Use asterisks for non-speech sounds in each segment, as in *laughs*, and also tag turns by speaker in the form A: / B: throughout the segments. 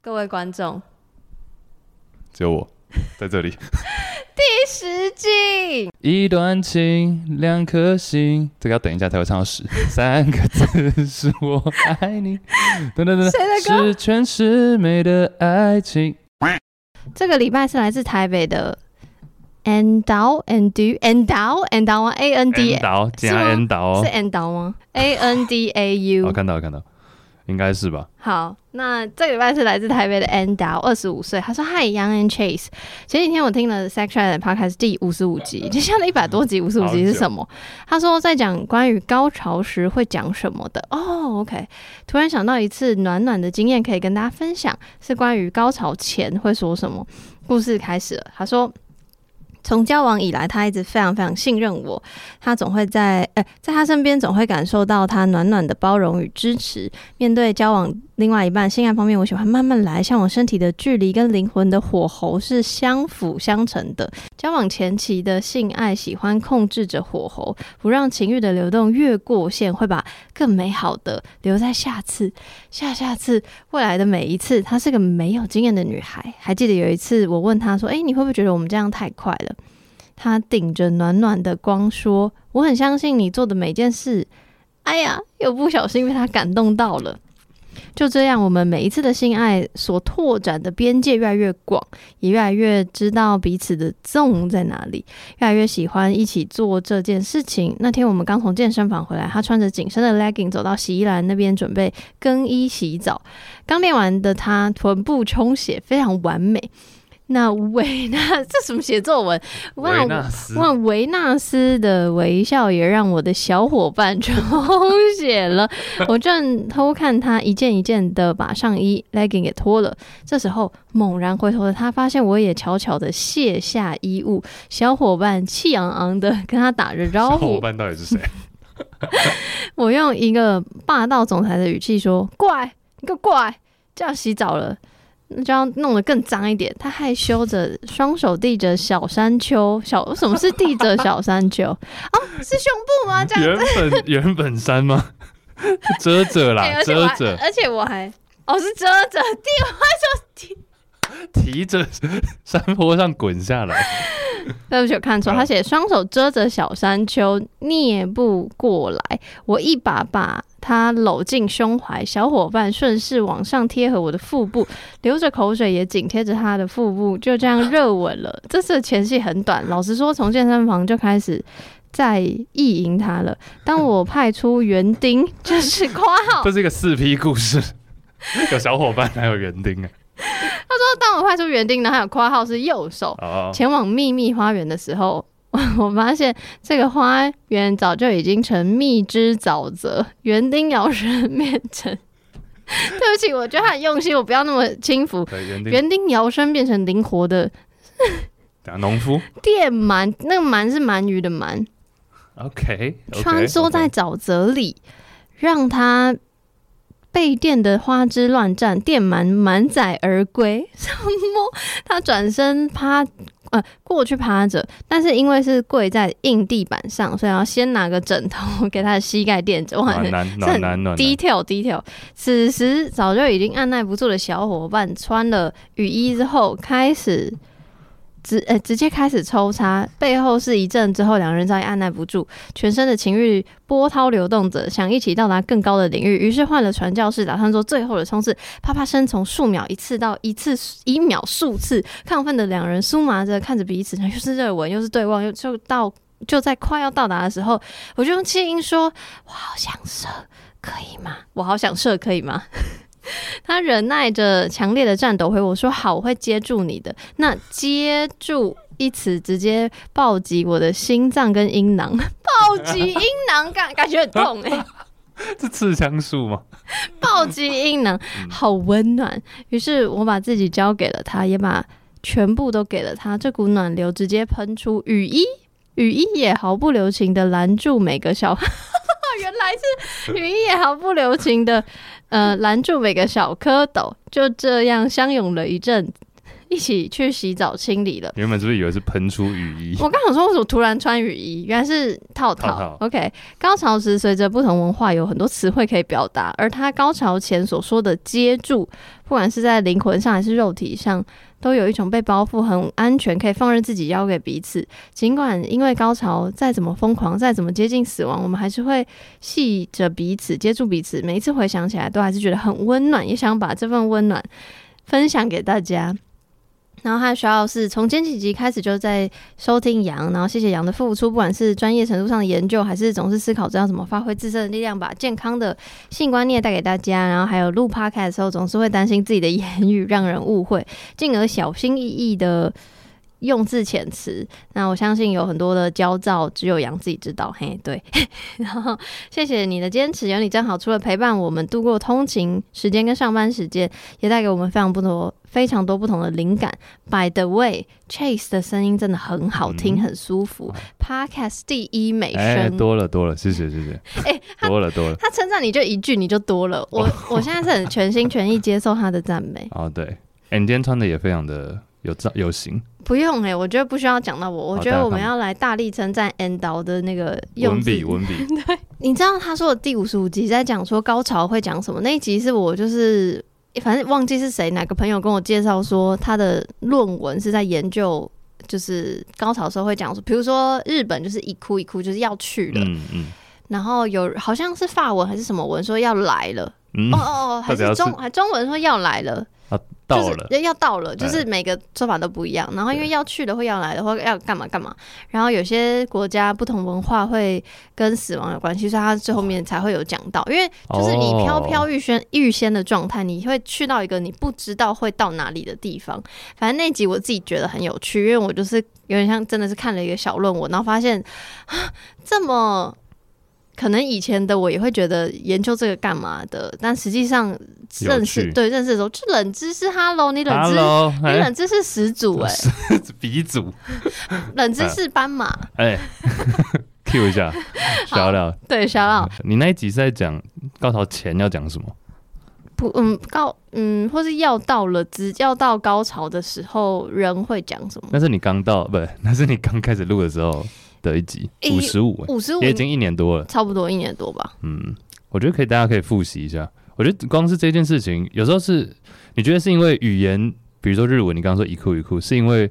A: 各位观众，
B: 只有我在这里。
A: 第十季
B: *laughs* 一段情，两颗心，这个要等一下才会唱到 *laughs* 十。三个字是我爱你，等等等，
A: 谁的歌
B: 十全十美的爱情。
A: 这个礼拜是来自台北的 Andao Andu Andao Andao 吗 A N D
B: N 导
A: 是吗
B: 加 N 导
A: 是，Andao 吗？A N D A
B: 我
A: U
B: 看到我看到，应该是吧？
A: 好，那这个礼拜是来自台北的 Andao，二十五岁，他说 Hi Young and Chase。前几天我听了 Section 的 Podcast 第五十五集，就像了一百多集，五十五集是什么？他说在讲关于高潮时会讲什么的。哦、o k 突然想到一次暖暖的经验可以跟大家分享，是关于高潮前会说什么。故事开始了，他说。从交往以来，他一直非常非常信任我，他总会在呃，在他身边总会感受到他暖暖的包容与支持，面对交往另外一半，性爱方面我喜欢慢慢来，像我身体的距离跟灵魂的火候是相辅相成的。交往前期的性爱喜欢控制着火候，不让情欲的流动越过线，会把更美好的留在下次、下下次、未来的每一次。她是个没有经验的女孩，还记得有一次我问她说：“诶，你会不会觉得我们这样太快了？”她顶着暖暖的光说：“我很相信你做的每件事。”哎呀，又不小心被她感动到了。就这样，我们每一次的性爱所拓展的边界越来越广，也越来越知道彼此的重在哪里，越来越喜欢一起做这件事情。那天我们刚从健身房回来，他穿着紧身的 legging 走到洗衣篮那边准备更衣洗澡。刚练完的他臀部充血非常完美。那维纳这什么写作文？哇
B: 维纳斯
A: 哇，维纳斯的微笑也让我的小伙伴充血了。我正偷看他一件一件的把上衣 legging 给脱了，这时候猛然回头的他发现我也悄悄的卸下衣物，小伙伴气昂昂的跟他打着招
B: 小伙
A: 呼。
B: 伴到底
A: *laughs*
B: 是谁？
A: 我用一个霸道总裁的语气说：“过来，你给我过来，这样洗澡了。”那就要弄得更脏一点。他害羞着，双手递着小山丘，小什么是递着小山丘？哦，是胸部吗？这样
B: 原本原本山
A: *laughs*
B: 吗？遮着
A: 哎
B: 啦，
A: 而且我
B: 遮
A: 还
B: 着，
A: 而且我还哦是遮着，
B: 提着 *laughs* 山坡上滚下来，
A: 对不起，我看错，
B: 好
A: 他写双手遮着小山丘，蹑步过来，我一把把他搂进胸怀，小伙伴顺势往上贴合我的腹部，流着口水也紧贴着他的腹部，就这样热吻了。这次前戏很短，老实说，从健身房就开始。在意淫他了。当我派出园丁，就是括号
B: 这是一个四 P 故事，有小伙伴还有园丁哎，
A: *laughs* 当我派出园丁呢，还有括号是右手
B: 哦，
A: 前往秘密花园的时候， *laughs* 我发现这个花园早就已经成蜜汁沼泽，园丁摇身变成。 *laughs* 对不起，我觉得他很用心，我不要那么轻浮。
B: 对，园丁，
A: 园丁摇身变成灵活的
B: 等下农夫
A: 电鳗，那个鳗是鳗鱼的鳗，
B: ，OK，
A: 穿梭在沼泽里，让它被电的花枝乱颤，电鳗满载而归。 *laughs* 什么？他转身趴，呃，过去趴着，但是因为是跪在硬地板上，所以要先拿个枕头 *laughs* 给他的膝盖垫着。哇，
B: 暖男，
A: 这很
B: 暖男，暖
A: 低
B: 男，
A: 调低调。此时早就已经按耐不住的小伙伴，穿了雨衣之后开始。直呃、直接开始抽插，背后是一阵之后，两人再也按耐不住，全身的情欲波涛流动着，想一起到达更高的领域，于是换了传教士，打算做最后的冲刺。啪啪声从数秒一次到一次一秒数次，亢奋的两人酥麻着看着彼此，又是热吻，又是对望，又就到就在快要到达的时候，我就用气音说：“我好想射。”可以吗？我好想射，可以吗？ *laughs* 他忍耐着强烈的颤抖回我说：“好，我会接住你的。”那接住一词直接暴击我的心脏跟阴囊， *laughs* 暴击阴囊感感觉很痛哎、
B: 这刺枪术吗？
A: 暴击阴囊，好温暖。于是我把自己交给了他，也把全部都给了他。这股暖流直接喷出，雨衣雨衣也毫不留情的拦住每个小， *laughs* 原来是雨衣也毫不留情的呃拦住每个小蝌蚪，就这样相拥了一阵。一一起去洗澡清理了。
B: 原本是不是以为是喷出雨衣？
A: 我刚想说，为什么突然穿雨衣？原来是套套。
B: 套套
A: OK，高潮时随着不同文化有很多词汇可以表达，而他高潮前所说的接住，不管是在灵魂上还是肉体上，都有一种被包覆、很安全、可以放任自己交给彼此。尽管因为高潮再怎么疯狂，再怎么接近死亡，我们还是会系着彼此、接住彼此。每一次回想起来，都还是觉得很温暖，也想把这份温暖分享给大家。然后他的学校是从前几集开始就在收听杨，然后谢谢杨的付出，不管是专业程度上的研究，还是总是思考着要怎么发挥自身的力量，把健康的性观念带给大家。然后还有录 podcast 的时候，总是会担心自己的言语让人误会， *laughs* 进而小心翼翼的用字遣词。那我相信有很多的焦躁，只有杨自己知道。嘿，对。 *laughs* 然后谢谢你的坚持，有你真好。除了陪伴我们度过通勤时间跟上班时间，也带给我们非常不多、非常多不同的灵感。By the way，Chase 的声音真的很好听，
B: 嗯
A: 很舒服。Podcast 第一美声，
B: 哎，多了多了，谢谢谢谢，
A: *laughs* 哎
B: 多了多了。
A: 他称赞你就一句你就多了。我我现在是很全心全意接受他的赞美，
B: 哦，对，哎，你今天穿的也非常的有造有型，
A: *laughs* 不用哎、我觉得不需要讲到我，我
B: 好
A: 觉得
B: 大
A: 我们
B: 方
A: 要来大力称赞 N 导的那个用
B: 文
A: 字 *laughs*
B: 笔文笔，
A: 你知道他说的第五十五集在讲说高潮会讲什么？那一集是我就是反正忘记是谁哪个朋友跟我介绍说他的论文是在研究。就是高潮的时候会讲说，比如说日本就是一哭一哭就是要去了，
B: 嗯嗯
A: 然后有好像是法文还是什么文说要来了，
B: 嗯
A: 哦，哦哦，还
B: 到底要
A: 是
B: 是
A: 中还中文说要来了，
B: 到了哎
A: 就，是要到了，就是每个说法都不一样。然后因为要去的或要来的或要干嘛干嘛，然后有些国家不同文化会跟死亡有关系，所以它最后面才会有讲到。因为就是你飘飘
B: 哦
A: 欲仙欲仙的状态，你会去到一个你不知道会到哪里的地方。反正那集我自己觉得很有趣，因为我就是有点像真的是看了一个小论文，然后发现啊这么。可能以前的我也会觉得研究这个干嘛的，但实际上
B: 有
A: 认识
B: 趣
A: 对认识的时候，就冷知识，Hello，你冷知识
B: Hello，
A: 你
B: 哎
A: 冷知识始祖哎、
B: 鼻祖，
A: 冷知识斑马，
B: 哎 *laughs* ，Q 一下，聊聊，
A: 对，小老
B: 你那一集是在讲高潮前要讲什么？
A: 不，嗯，高，嗯，或是要到了只要到高潮的时候，人会讲什么？
B: 那是你刚到，不，那是你刚开始录的时候的一集，
A: 诶
B: 五十五，
A: 五十五
B: 也已经一年多了。
A: 差不多一年多吧。
B: 嗯，我觉得可以，大家可以复习一下。我觉得光是这件事情，有时候是你觉得是因为语言，比如说日文，你刚刚说一哭一哭，是因为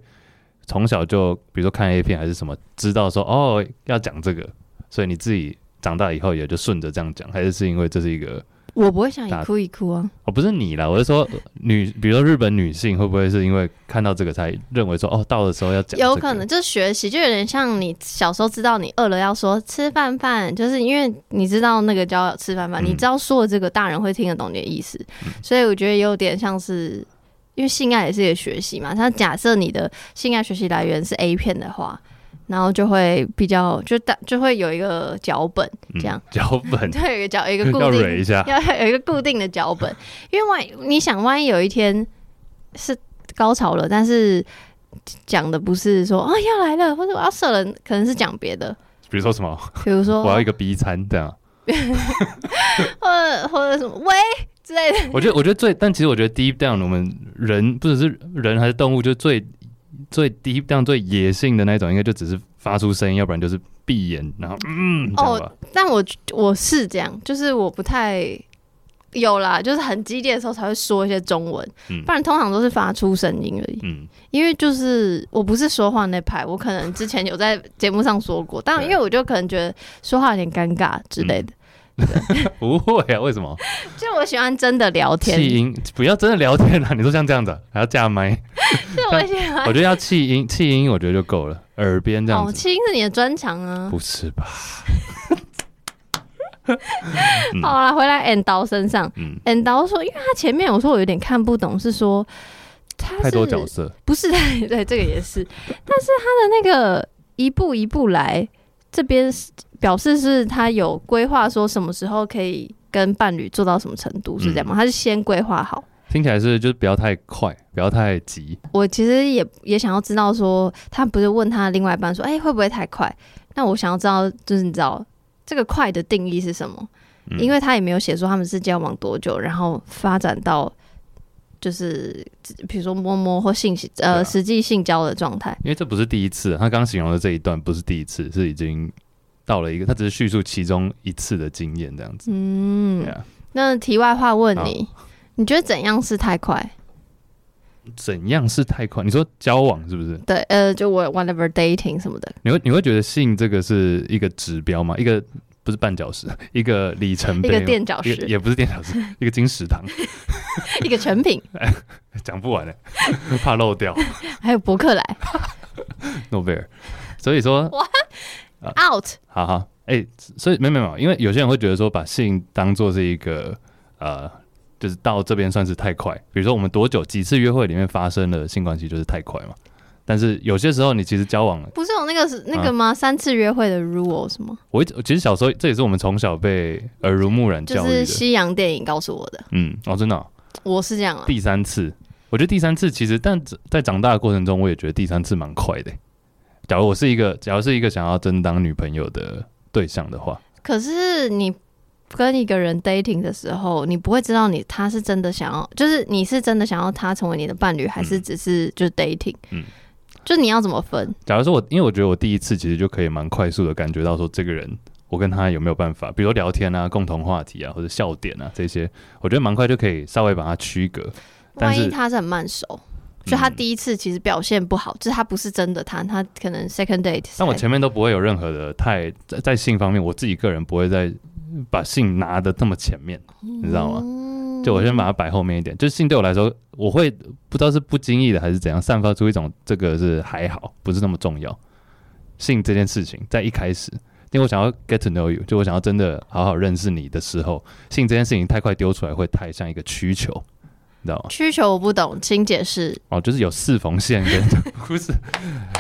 B: 从小就比如说看 A 片还是什么，知道说哦要讲这个，所以你自己长大以后也就顺着这样讲，还是是因为这是一个
A: 我不会想
B: 打
A: 一哭一哭啊，
B: 哦，不是你啦，我是说女，比如说日本女性会不会是因为看到这个才认为说，哦，到的时候要讲、这个？
A: 有可能就是学习，就有点像你小时候知道你饿了要说吃饭饭，就是因为你知道那个叫吃饭饭，
B: 嗯
A: 你知道说的这个大人会听得懂你的意思，所以我觉得有点像是。因为性爱也是一个学习嘛，他假设你的性爱学习来源是 A 片的话，然后就会比较就大就会有一个脚本，
B: 嗯
A: 这样
B: 脚本
A: 对，有一个脚有一个固
B: *laughs* 要
A: 定
B: 蕊一 *laughs* 下，
A: 要有一个固定的脚本，因为万你想，万一有一天是高潮了，但是讲的不是说啊、要来了，或者我要射人，可能是讲别的，
B: 比如说什么，
A: 比如说
B: 我要一个 B 餐这样。
A: 或者呃或者什么喂之类的，
B: *laughs* 我觉得，我觉得最，但其实我觉得 deep down 我们人不只是人还是动物，就最最 deep down 最野性的那种，应该就只是发出声音，要不然就是闭眼，然后
A: 哦
B: 嗯，这样吧。
A: 但我我是这样，就是我不太。有啦，就是很激烈的时候才会说一些中文，
B: 嗯
A: 不然通常都是发出声音而已。
B: 嗯，
A: 因为就是我不是说话那派，我可能之前有在节目上说过，但
B: 对
A: 因为我就可能觉得说话有点尴尬之类的，
B: 不会啊，为什么？
A: 就我喜欢真的聊天，
B: 气音不要真的聊天啊！你说像这样子啊，还要架麦，
A: 就我喜欢
B: 我觉得要气音，气音我觉得就够了，耳边这样
A: 哦，
B: 子。
A: 气音是你的专长啊。
B: 不是吧？嗯
A: 好啦，回来 and 刀身上
B: 嗯，
A: ，and 刀说，因为他前面我说我有点看不懂，是说他是
B: 太多角色，
A: 不是对对，这个也是， *laughs* 但是他的那个一步一步来这边是表示是他有规划，说什么时候可以跟伴侣做到什么程度，是这
B: 嗯
A: 样吗？他是先规划好。
B: 听起来是就是不要太快，不要太急。
A: 我其实也也想要知道说，他不是问他另外一半说，哎、会不会太快？那我想要知道，就是你知道这个快的定义是什么？
B: 嗯
A: 因为他也没有写说他们是交往多久，然后发展到就是比如说摸摸或性呃、
B: 对啊
A: 实际性交的状态。
B: 因为这不是第一次，啊他刚形容的这一段不是第一次，是已经到了一个，他只是叙述其中一次的经验这样子。
A: 嗯
B: 对，啊，
A: 那题外话问你，你觉得怎样是太快？
B: 怎样是太快？你说交往是不是？
A: 对，呃，就我 whatever dating 什么的，
B: 你会你会觉得性这个是一个指标吗？一个不是半小时， *laughs* 一个里程
A: 一
B: 碑吗，
A: 个垫脚
B: 一个
A: 石，
B: 嗯也不是电小时，一个金石 *laughs* 堂，
A: 一个成品， *laughs*
B: 讲不完嘞，欸 *laughs* 怕漏掉 *laughs*
A: 还有伯克莱
B: 诺贝尔。所以说，
A: out。
B: 好好，哎、所以没有没有没有，因为有些人会觉得说，把性当做是一个呃，就是到这边算是太快。比如说我们多久几次约会里面发生了性关系，就是太快嘛。但是有些时候你其实交往，
A: 不是有那个那
B: 啊
A: 个吗？三次约会的 rules 吗？
B: 我一直其实小时候这也是我们从小被耳濡目染
A: 就
B: 教育
A: 是
B: 的。
A: 西洋电影告诉我的，
B: 嗯，哦，真的哦、
A: 我是这样啊。
B: 第三次，我觉得第三次其实，但在长大的过程中，我也觉得第三次蛮快的欸。假如我是一个，假如是一个想要真当女朋友的对象的话，
A: 可是你跟一个人 dating 的时候，你不会知道你他是真的想要，就是你是真的想要他成为你的伴侣，还是只是就是 dating？
B: 嗯
A: 就你要怎么分？
B: 假如说我，因为我觉得我第一次其实就可以蛮快速的感觉到说这个人，我跟他有没有办法，比如说聊天啊、共同话题啊，或者笑点啊这些，我觉得蛮快就可以稍微把它区隔。但
A: 万
B: 是
A: 一他是很慢熟，就他
B: 嗯
A: 第一次其实表现不好，就是他不是真的他，他可能 second date 哎才。
B: 但我前面都不会有任何的太在在性方面，我自己个人不会再把性拿的那么前面，你知道吗？
A: 吗
B: 就我先把它摆后面一点。就性对我来说，我会不知道是不经意的还是怎样，散发出一种这个是还好，不是那么重要。性这件事情在一开始，因为我想要 get to know you，就我想要真的好好认识你的时候，性这件事情太快丢出来会太像一个需求，你知道吗？
A: 需求我不懂，请解释。
B: 哦，就是有四缝线
A: *laughs*
B: 跟不是，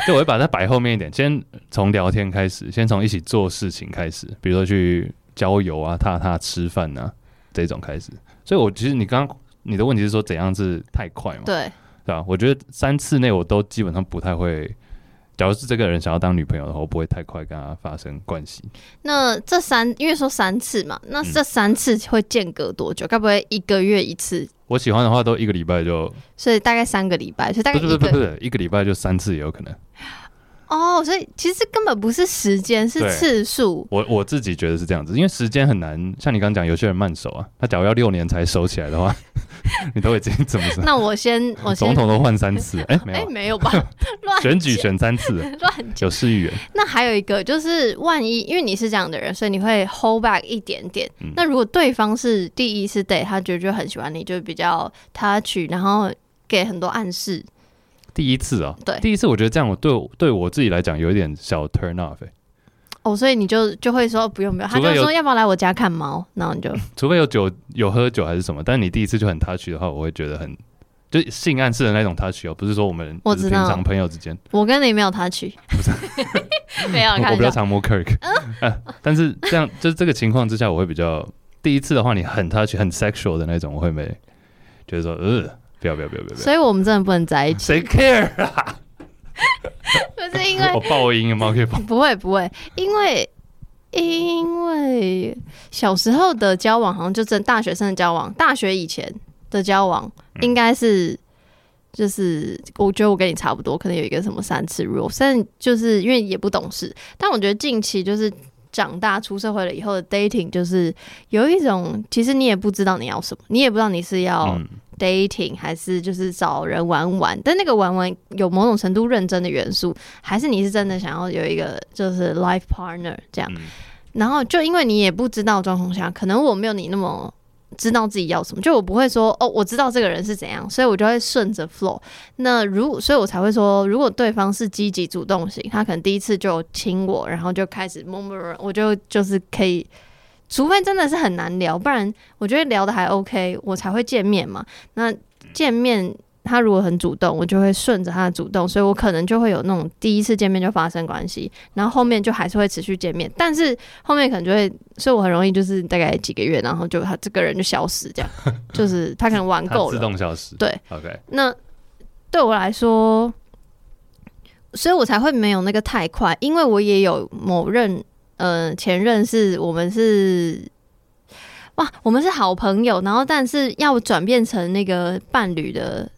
B: 就我会把它摆后面一点，先从聊天开始，先从一起做事情开始，比如说去郊游啊、踏踏吃饭啊这种开始。所以我其实你刚刚你的问题是说怎样是太快嘛？
A: 对，
B: 对吧、我觉得三次内我都基本上不太会。假如是这个人想要当女朋友的话，我不会太快跟他发生关系。
A: 那这三因为说三次嘛，那
B: 嗯
A: 这三次会间隔多久？该不会一个月一次？
B: 我喜欢的话，都一个礼拜就
A: 所以大概三个礼拜，所以大
B: 不
A: 概
B: 是不是
A: 一
B: 不是不
A: 个
B: 是一个礼拜就三次也有可能。
A: 哦，所以其实根本不是时间，是
B: 对
A: 次
B: *laughs*
A: 数。
B: 我我自己觉得是这样子，因为时间很难，像你刚讲，有些人慢熟啊，他假如要六年才熟起来的话， *laughs* 你都已经怎么说？
A: 那我
B: *laughs*
A: 先，我
B: 总
A: 哦先，
B: 统都换三次，哎、
A: *laughs*
B: 没
A: 哎、
B: 有啊，
A: 没有
B: *laughs*
A: 吧？乱
B: 选举
A: 讲
B: 选三次，
A: 乱讲。
B: 有市议员，
A: 那还有一个就是，万一因为你是这样的人，所以你会 hold back 一点点。
B: 嗯
A: 那如果对方是第一次 date，他觉得就很喜欢你，就比较 touch，然后给很多暗示。
B: 第一次啊，
A: *laughs* 对
B: 第一次我觉得这样，我对我对我自己来讲有一点小 turn off，、欸、
A: 哦，所以你就就会说不用不用，他
B: 除非
A: 就
B: 有
A: 说要不要来我家看猫，然后你就
B: 除非有酒有喝酒还是什么，但你第一次就很 touch 的话，我会觉得很就性暗示的那种 touch 哦，不是说我们
A: 我
B: 只是
A: 知道
B: 平常朋友之间，
A: 我跟你没有 touch，没有
B: 我
A: 啊看
B: 比
A: 一下。
B: 较
A: 嗯
B: 常摸 Kirk，、啊、 *laughs* 但是这样就是这个情况之下，我会比较第一次的话，你很 touch 很 sexual 的那种，我会没觉得说呃，不要不要不要不要，不要
A: 所以我们真的不能在一
B: *laughs*
A: 起，
B: 谁 care 啊？
A: 不是因为
B: *laughs* 我爆音有吗？可以爆？
A: *laughs* 不会不会，因为因为小时候的交往好像就真大学生的交往，大学以前的交往应该是、就是我觉得我跟你差不多，可能有一个什么三次 rule，但就是因为也不懂事，但我觉得近期就是。长大出社会了以后的 dating 就是有一种，其实你也不知道你要什么，你也不知道你是要
B: 嗯，
A: dating 还是就是找人玩玩，但那个玩玩有某种程度认真的元素，还是你是真的想要有一个就是 life partner 这样。
B: 嗯
A: 然后就因为你也不知道状况下，可能我没有你那么知道自己要什么，就我不会说哦，我知道这个人是怎样，所以我就会顺着 flow。那如所以，我才会说，如果对方是积极主动型，他可能第一次就亲我，然后就开始摸摸，我就就是可以。除非真的是很难聊，不然我觉得聊的还 OK，我才会见面嘛。那见面他如果很主动，我就会顺着他的主动，所以我可能就会有那种第一次见面就发生关系，然后后面就还是会持续见面，但是后面可能就会，所以我很容易就是大概几个月，然后就他这个人就消失，这样就是他可能
B: *laughs*
A: 玩
B: 它
A: 够
B: 自
A: 了，
B: 动消失。
A: 对
B: ，OK，
A: 那对我来说，所以我才会没有那个太快，因为我也有某任呃前任是我们是哇，我们是好朋友，然后但是要转变成那个伴侣的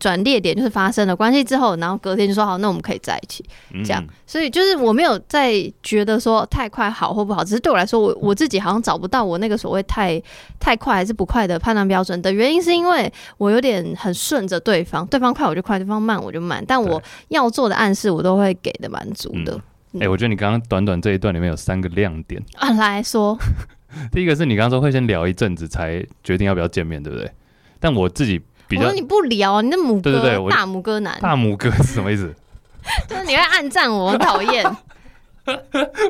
A: 转捩点，就是发生了关系之后，然后隔天就说好，那我们可以在一起。
B: 嗯
A: 这样所以就是我没有在觉得说太快好或不好，只是对我来说，我我自己好像找不到我那个所谓太太快还是不快的判断标准的原因，是因为我有点很顺着对方，对方快我就快，对方慢我就慢，但我
B: 对
A: 要做的暗示我都会给的蛮足的
B: 嗯。哎、我觉得你刚刚短短这一段里面有三个亮点。
A: 啊，来说，
B: 第一个是你刚刚说会先聊一阵子才决定要不要见面，对不对？但我自己比
A: 我
B: 较
A: 说你不聊，你那母
B: 对对对
A: 哥
B: 我
A: 大母哥男，
B: 大拇哥是什么
A: *laughs*
B: 意思？
A: 就是你会暗赞我，我很讨
B: *laughs*
A: 厌。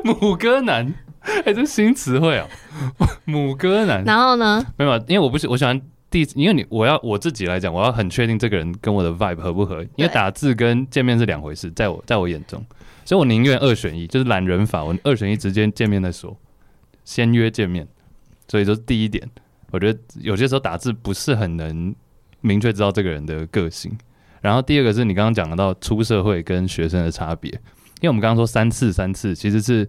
B: 母哥男，哎、这是新词汇啊！ *laughs* 母哥男，
A: 然后呢，
B: *laughs* 没有，因为我不是我喜欢第一次，因为你我要我自己来讲，我要很确定这个人跟我的 vibe 合不合，因
A: 对
B: 为打字跟见面是两回事，在我在我眼中，所以我宁愿二选一，就是懒人法，我二选一直接见面再说，先约见面，所以这是第一点。我觉得有些时候打字不是很能明确知道这个人的个性。然后第二个是你刚刚讲到出社会跟学生的差别，因为我们刚刚说三次三次其实是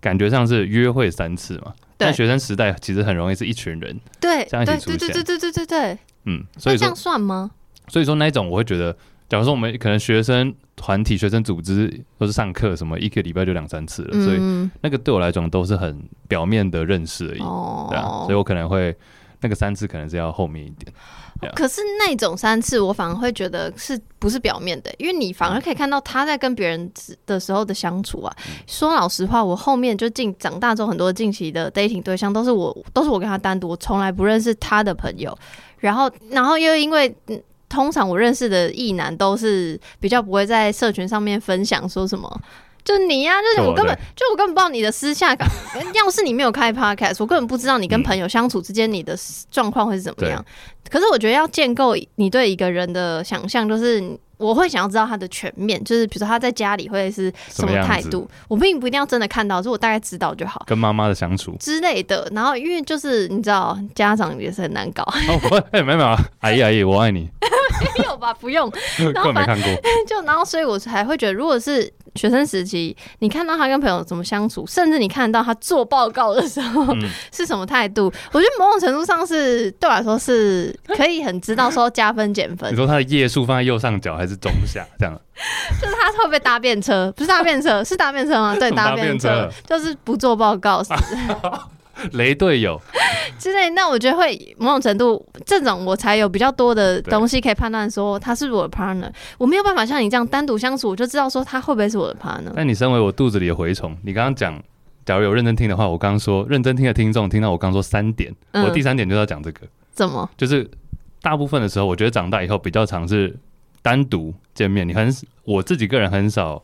B: 感觉上是约会三次嘛，但
A: 对
B: 学生时代其实很容易是一群人，
A: 对
B: 这样
A: 对
B: 一起
A: 对对
B: 出现
A: 对对对对对，
B: 嗯，所
A: 那这
B: 以说
A: 样算吗？
B: 所以说那一种我会觉得，假如说我们可能学生团体、学生组织或是上课什么，一个礼拜就两三次了，所以
A: 嗯，
B: 那个对我来讲都是很表面的认识而已，对啊，
A: 哦
B: 所以我可能会那个三次可能是要后面一点，Yeah
A: 可是那种三次，我反而会觉得是不是表面的，因为你反而可以看到他在跟别人之的时候的相处啊。
B: 嗯
A: 说老实话，我后面就近长大之后，很多近期的 dating 对象都是我，都是我跟他单独，我从来不认识他的朋友。然后，然后又因为。嗯通常我认识的异男都是比较不会在社群上面分享说什么，就你呀、就是
B: 对
A: 我根本
B: 对
A: 就我根本不知道你的私下感。
B: *laughs*
A: 要是你没有开 podcast，我根本不知道你跟朋友相处之间你的状况会是怎么
B: 嗯对
A: 样。可是我觉得要建构你对一个人的想象，就是你我会想要知道他的全面，就是比如说他在家里会是什
B: 什么
A: 么
B: 样
A: 态
B: 子
A: 度，我并不一定要真的看到，就我大概知道就好。
B: 跟妈妈的相处 *laughs*
A: 之类的。然后因为就是你知道，家长也是很难搞，
B: 哦，不，哎、没有没有，阿姨阿姨，我爱
A: *laughs*
B: 你，
A: 没有吧？不用，
B: 根本
A: *laughs*
B: 没看过，
A: 就然后所以我才会觉得，如果是学生时期，你看到他跟朋友怎么相处，甚至你看到他做报告的时候、
B: 嗯
A: *laughs* 是什么态度，我觉得某种程度上是对我来说是可以很知道说加分减分
B: 你。说它的页数放在右上角还是中下这样？
A: 就是他会不会搭便车？不是搭便车，是搭便车
B: *laughs*
A: 吗？对，
B: 什么
A: 搭
B: 搭
A: 便
B: 便
A: 车
B: 车
A: 就是不做报告
B: 雷队
A: *laughs*
B: 友，
A: 之类。那我觉得会某种程度，这种我才有比较多的东西可以判断说他是不是我的 partner。我没有办法像你这样单独相处，我就知道说他会不会是我的 partner。
B: 但你身为我肚子里的蛔虫，你刚刚讲，假如有认真听的话，我刚刚说认真听的听众听到我刚说三点，
A: 嗯
B: 哎我第三点就是要讲这个，
A: 怎么？
B: 就是大部分的时候，我觉得长大以后比较常是单独见面，你很我自己个人很少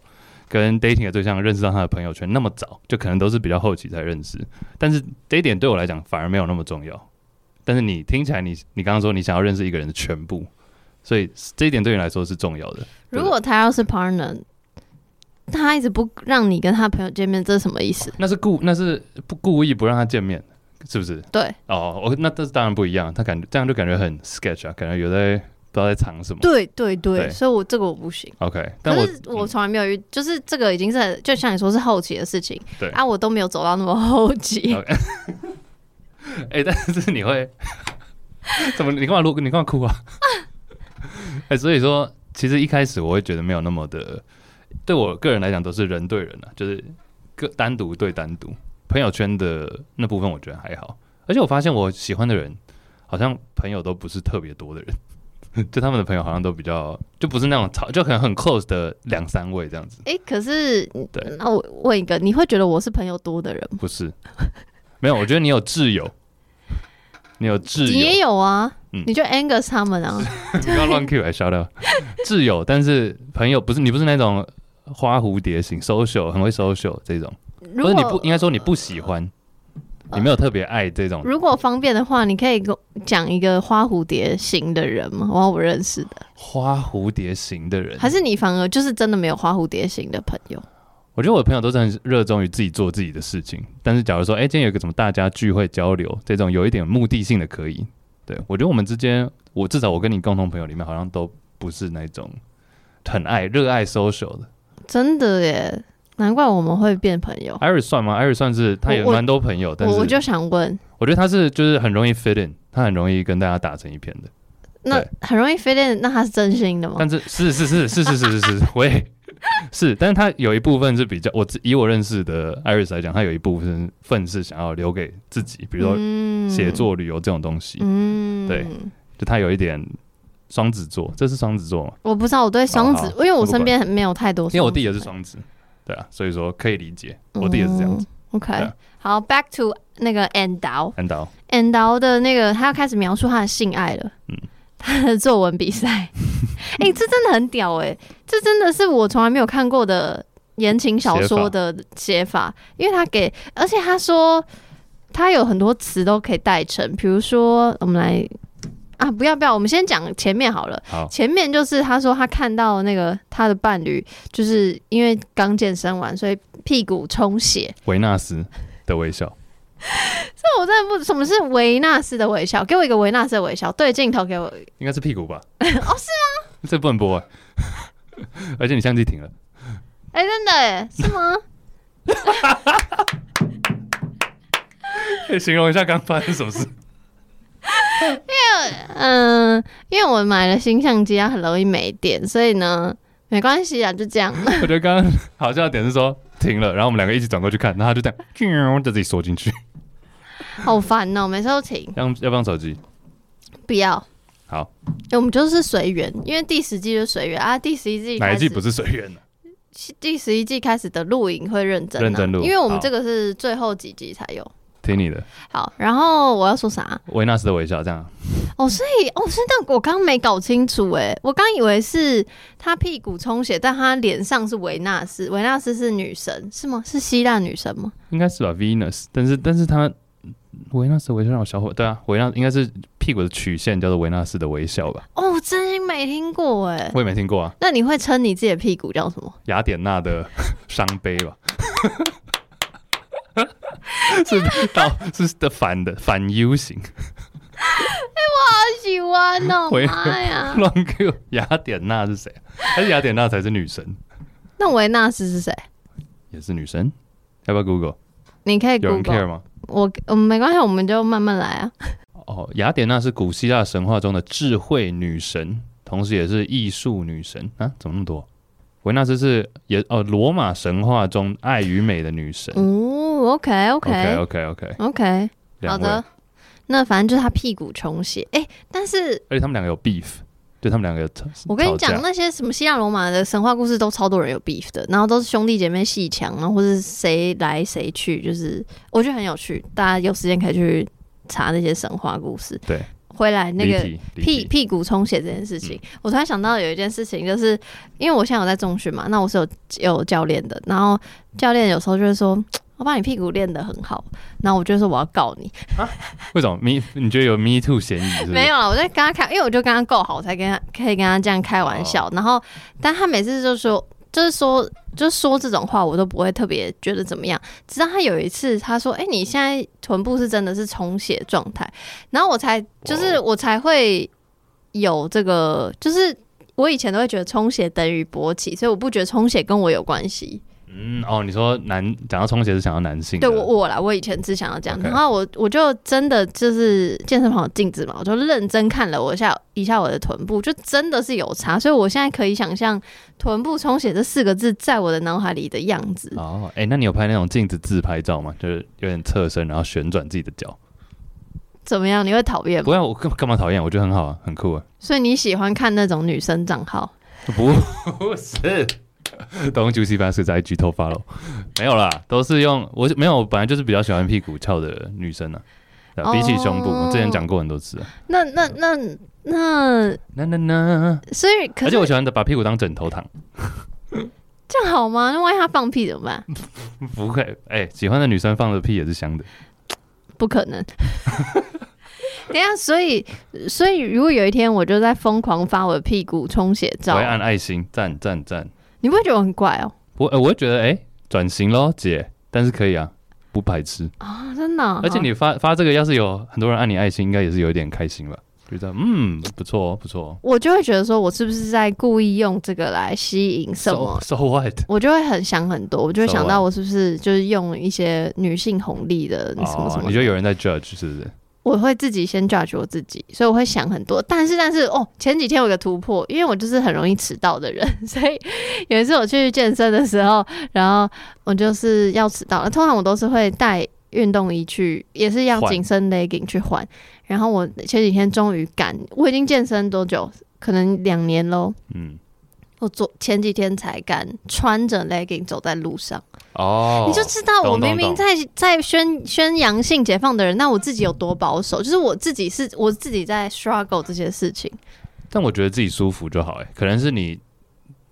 B: 跟 dating 的对象认识到他的朋友圈那么早，就可能都是比较后期才认识。但是这一点对我来讲反而没有那么重要。但是你听起来你，你刚刚说你想要认识一个人的全部，所以这一点对你来说是重要的。对
A: 如果他要是 partner，他一直不让你跟他朋友见面，这是什么意思？
B: 那是故那是不故意不让他见面，是不是？
A: 对
B: 哦，我那这当然不一样，他感觉这样就感觉很 sketch 啊，感觉有在不知道在藏什么。
A: 对对对，
B: 对
A: 所以我这个我不行。
B: OK，
A: 可
B: 但我嗯
A: 是我从来没有遇，就是这个已经是很就像你说是后期的事情，
B: 对
A: 啊，我都没有走到那么后期，
B: OK 哎、但是你会 *laughs* 怎么？你干嘛录？你干嘛哭啊？ *laughs* 哎、所以说，其实一开始我会觉得没有那么的，对我个人来讲都是人对人啊，就是个单独对单独，朋友圈的那部分我觉得还好。而且我发现我喜欢的人，好像朋友都不是特别多的人， *laughs* 就他们的朋友好像都比较，就不是那种超，就可能很 close 的两三位这样子，
A: 哎、可是
B: 对
A: 那我问一个，你会觉得我是朋友多的人吗？
B: 不是？ *laughs* 没有，我觉得你有挚友，你有挚友，
A: 你也有啊，
B: 嗯
A: 你就 Angus 他们啊，
B: 你 *laughs* 不要乱 Q 来 shout out。挚友，但是朋友不是你不是那种花蝴蝶型 social 很会 social 这种，
A: 如果
B: 不
A: 呃
B: 是你不应该说你不喜欢，你没有特别爱这种。
A: 如果方便的话，你可以跟我讲一个花蝴蝶型的人吗？我要我认识的，
B: 花蝴蝶型的人。
A: 还是你反而就是真的没有花蝴蝶型的朋友？
B: 我觉得我的朋友都是很热衷于自己做自己的事情，但是假如说，哎、今天有一个什么大家聚会交流这种有一点目的性的可以，对我觉得我们之间，我至少我跟你共同朋友里面好像都不是那种很爱热爱 social 的。
A: 真的耶，难怪我们会变朋友。
B: Iris 算吗？Iris 算是他也
A: 哦我我
B: 啊蛮多朋友，但是
A: 我我就想问，
B: 我觉得他是就是很容易 fit in，他很容易跟大家打成一片的。
A: 那
B: 对
A: 很容易 fit in，那他是真心的吗？
B: 但是是是是是是是是是，我也是，但是他有一部分是比较我自以我认识的艾瑞斯来讲，他有一部分份是想要留给自己，比如说
A: 说
B: 写，作、旅游这种东西，
A: 嗯
B: 对，就他有一点双子座，这是双子座嘛？
A: 我不知道我对双子，
B: 好
A: 因为我身边很没有太多双子，
B: 因为我弟也是双子，对啊，所以说可以理解，我弟也是这样子。
A: 嗯。OK，、
B: 对啊
A: 好，back to 那个 N 导
B: 安导，
A: ，N 导的那个，他要开始描述他的性爱了。
B: 嗯
A: *laughs* 他的作文比赛，哎、这真的很屌哎、这真的是我从来没有看过的言情小说的写法，因为他给，而且他说他有很多词都可以代称，比如说我们来啊，不要不要，我们先讲前面好了。
B: 好，
A: 前面就是他说他看到那个他的伴侣，就是因为刚健身完，所以屁股充血。
B: 维纳斯的微笑，
A: 这我真的不，什么是维纳斯的微笑？给我一个维纳斯的微笑，对镜头给我。
B: 应该是屁股吧？哦，是吗？ *laughs* 这不能播欸，而且你相机停了。
A: 哎、真的耶，是吗？
B: 可以形容一下刚发生什么事？
A: 嗯，因为我买了新相机，它很容易没电，所以呢，没关系啊，就这样。 *laughs*
B: *laughs* 我觉得刚刚好笑的点是说停了，然后我们两个一起转过去看，然后他就 *laughs* 这样，啾就自己缩进去，
A: 好烦哦、每次都停，
B: 要要不要手机？
A: 不要。哎
B: 好，
A: 我们就是随缘，因为第十季就随缘啊，第十一季
B: 哪一季
A: 开始
B: 不是随缘的？
A: 第十一季开始的录影会认真、啊，
B: 认真录
A: 因为我们
B: 好
A: 这个是最后几集才有。
B: 听你的，
A: 好，然后我要说啥？
B: 维纳斯的微笑这样。
A: 哦，所以哦，是但我刚没搞清楚哎，我刚以为是他屁股充血，但他脸上是维纳斯，维纳斯是女神是吗？是希腊女神吗？
B: 应该是吧，Venus，但是但是他维纳斯的微笑让我小伙，对啊，维纳应该是屁股的曲线叫做维纳斯的微笑吧，
A: 哦，真心没听过哎。
B: 我也没听过啊，
A: 那你会称你自己的屁股叫什么？
B: 雅典娜的伤悲吧， *laughs* 是到是的反的反 U 型，
A: 好喜欢
B: *laughs*
A: 哦，
B: 维
A: 妈呀！
B: 乱 Q，雅典娜是谁啊？还是雅典娜才是女神，
A: *laughs* 那维纳斯是谁？
B: 也是女神，要不要 Google？
A: 你可以
B: 有人 care
A: Google
B: 吗？
A: 我，我们没关系，我们就慢慢来啊。
B: 哦，雅典娜是古希腊神话中的智慧女神，同时也是艺术女神啊！怎么那么多？维纳斯是也哦，罗马神话中爱与美的女神。
A: 哦，OK
B: OK
A: OK
B: OK OK，
A: OK，好
B: 嗯两位，
A: 的。那反正就是他屁股充血，哎、但是
B: 而且他们两个有 beef，就他们两个有吵
A: 我跟你
B: 吵架
A: 讲，那些什么希腊罗马的神话故事都超多人有 beef 的，然后都是兄弟姐妹戏强，然后或是谁来谁去，就是我觉得很有趣，大家有时间可以去查那些神话故事。
B: 对，
A: 回来那
B: 离
A: 个
B: 题离
A: 屁
B: 题，嗯
A: 屁股充血这件事情，我突然想到有一件事情，就是因为我现在有在中学嘛，那我是有有教练的，然后教练有时候就会说。我把你屁股练得很好，然后我就说我要告你，
B: 为什么 me 你觉得有 me too 嫌疑是不是？
A: 没有啦，我在跟他开，因为我就跟他够好，我才跟他可以跟他这样开玩
B: 哦
A: 笑。然后，但他每次就说，就是说，就说这种话，我都不会特别觉得怎么样。直到他有一次，他说：“哎、你现在臀部是真的是充血状态。”然后我才，就是
B: 哇
A: 我才会有这个，就是我以前都会觉得充血等于勃起，所以我不觉得充血跟我有关系。
B: 嗯哦，你说男讲到充血是想到男性的，
A: 对我我啦，我以前只想要这样
B: OK
A: 然后我我就真的就是健身房有镜子嘛，我就认真看了我一下一下我的臀部，就真的是有差，所以我现在可以想象“臀部充血”这四个字在我的脑海里的样子。
B: 哦，哎、那你有拍那种镜子自拍照吗？就是有点侧身，然后旋转自己的脚。
A: 怎么样？你会讨厌
B: 哎不
A: 吗？
B: 要，我干干嘛讨厌？我觉得很好啊，
A: *laughs*
B: 很酷啊。
A: 所以你喜欢看那种女生账号？
B: 不不是。 *laughs* 东 Juicy b a s 在 IG 偷发了，没有啦，都是用我没有，我本来就是比较喜欢屁股翘的女生啊，对啊比起胸部，
A: 哦
B: 我之前讲过很多次啊。
A: 那那那那，
B: 那那那，
A: 所以可
B: 而
A: 是
B: 且我喜欢的把屁股当枕头躺，
A: 这样好吗？那万一他放屁怎么办？
B: 不会，哎、喜欢的女生放的屁也是香的，
A: 不可能。 *laughs* 等一下，所以所以如果有一天我就在疯狂发我的屁股充血
B: 我
A: 照，
B: 会按啊爱心，赞赞赞。
A: 你不会觉得我很怪哦？
B: 我、呃我会觉得，哎、转型咯，姐，但是可以啊，不排斥。
A: 啊、真的哦、
B: 而且
A: 好
B: 你发发这个，要是有很多人按你爱心，应该也是有一点开心吧？就这样，嗯，不错哦不错哦。
A: 我就会觉得说，我是不是在故意用这个来吸引什么
B: So so what？
A: 我就会很想很多，我就会
B: So
A: 想
B: what？
A: 到我是不是就是用一些女性红利的什么什么
B: 哦，你
A: 的
B: 觉得有人在 judge 是不是？
A: 我会自己先 judge 我自己，所以我会想很多。但是但是哦，前几天有个突破，因为我就是很容易迟到的人， *laughs* 所以有一次我去健身的时候，然后我就是要迟到了。通常我都是会带运动衣去，也是要
B: 换
A: 紧身 legging 去换。然后我前几天终于赶，我已经健身多久？可能两年喽。
B: 嗯，
A: 我昨前几天才敢穿着 legging 走在路上，
B: 哦，
A: 你就知道我
B: 懂懂
A: 明明在在宣宣扬性解放的人，那我自己有多保守，就是我自己是我自己在 struggle 这些事情。
B: 但我觉得自己舒服就好、欸，可能是你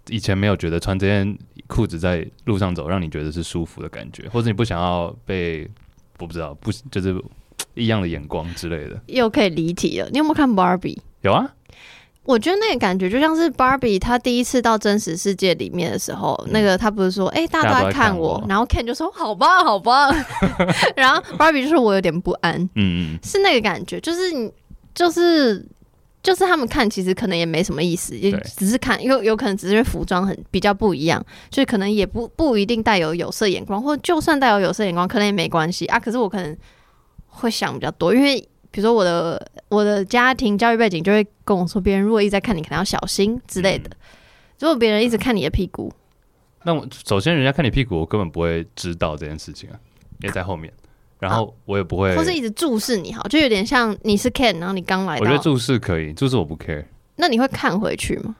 B: 以前没有觉得穿这件裤子在路上走，让你觉得是舒服的感觉，或者你不想要被我不知道不就是异样的眼光之类的。
A: 又可以离题了，你有没有看 Barbie？
B: 有啊，
A: 我觉得那个感觉就像是 Barbie 她第一次到真实世界里面的时候，那个她不是说，哎、大家都在看我，
B: 大家都在看我
A: 然后 Ken 就说，好吧，好吧， *laughs* 然后 Barbie 就说我有点不安，
B: 嗯嗯，
A: 是那个感觉，就是你，就是，就是他们看其实可能也没什么意思，也
B: 对
A: 只是看，有有可能只是服装很比较不一样，就是可能也不不一定带有有色眼光，或就算带有有色眼光，可能也没关系啊。可是我可能会想比较多，因为比如说我的我的家庭教育背景就会跟我说，别人如果一直在看你，可能要小心之类的。
B: 嗯
A: 如果别人一直看你的屁股，
B: 那我首先人家看你屁股，我根本不会知道这件事情啊，也在后面，然后我也不会，
A: 啊或是一直注视你，好，就有点像你是 Ken，然后你刚来
B: 我觉得
A: 到，
B: 注视可以，注视我不 care，
A: 那你会看回去吗？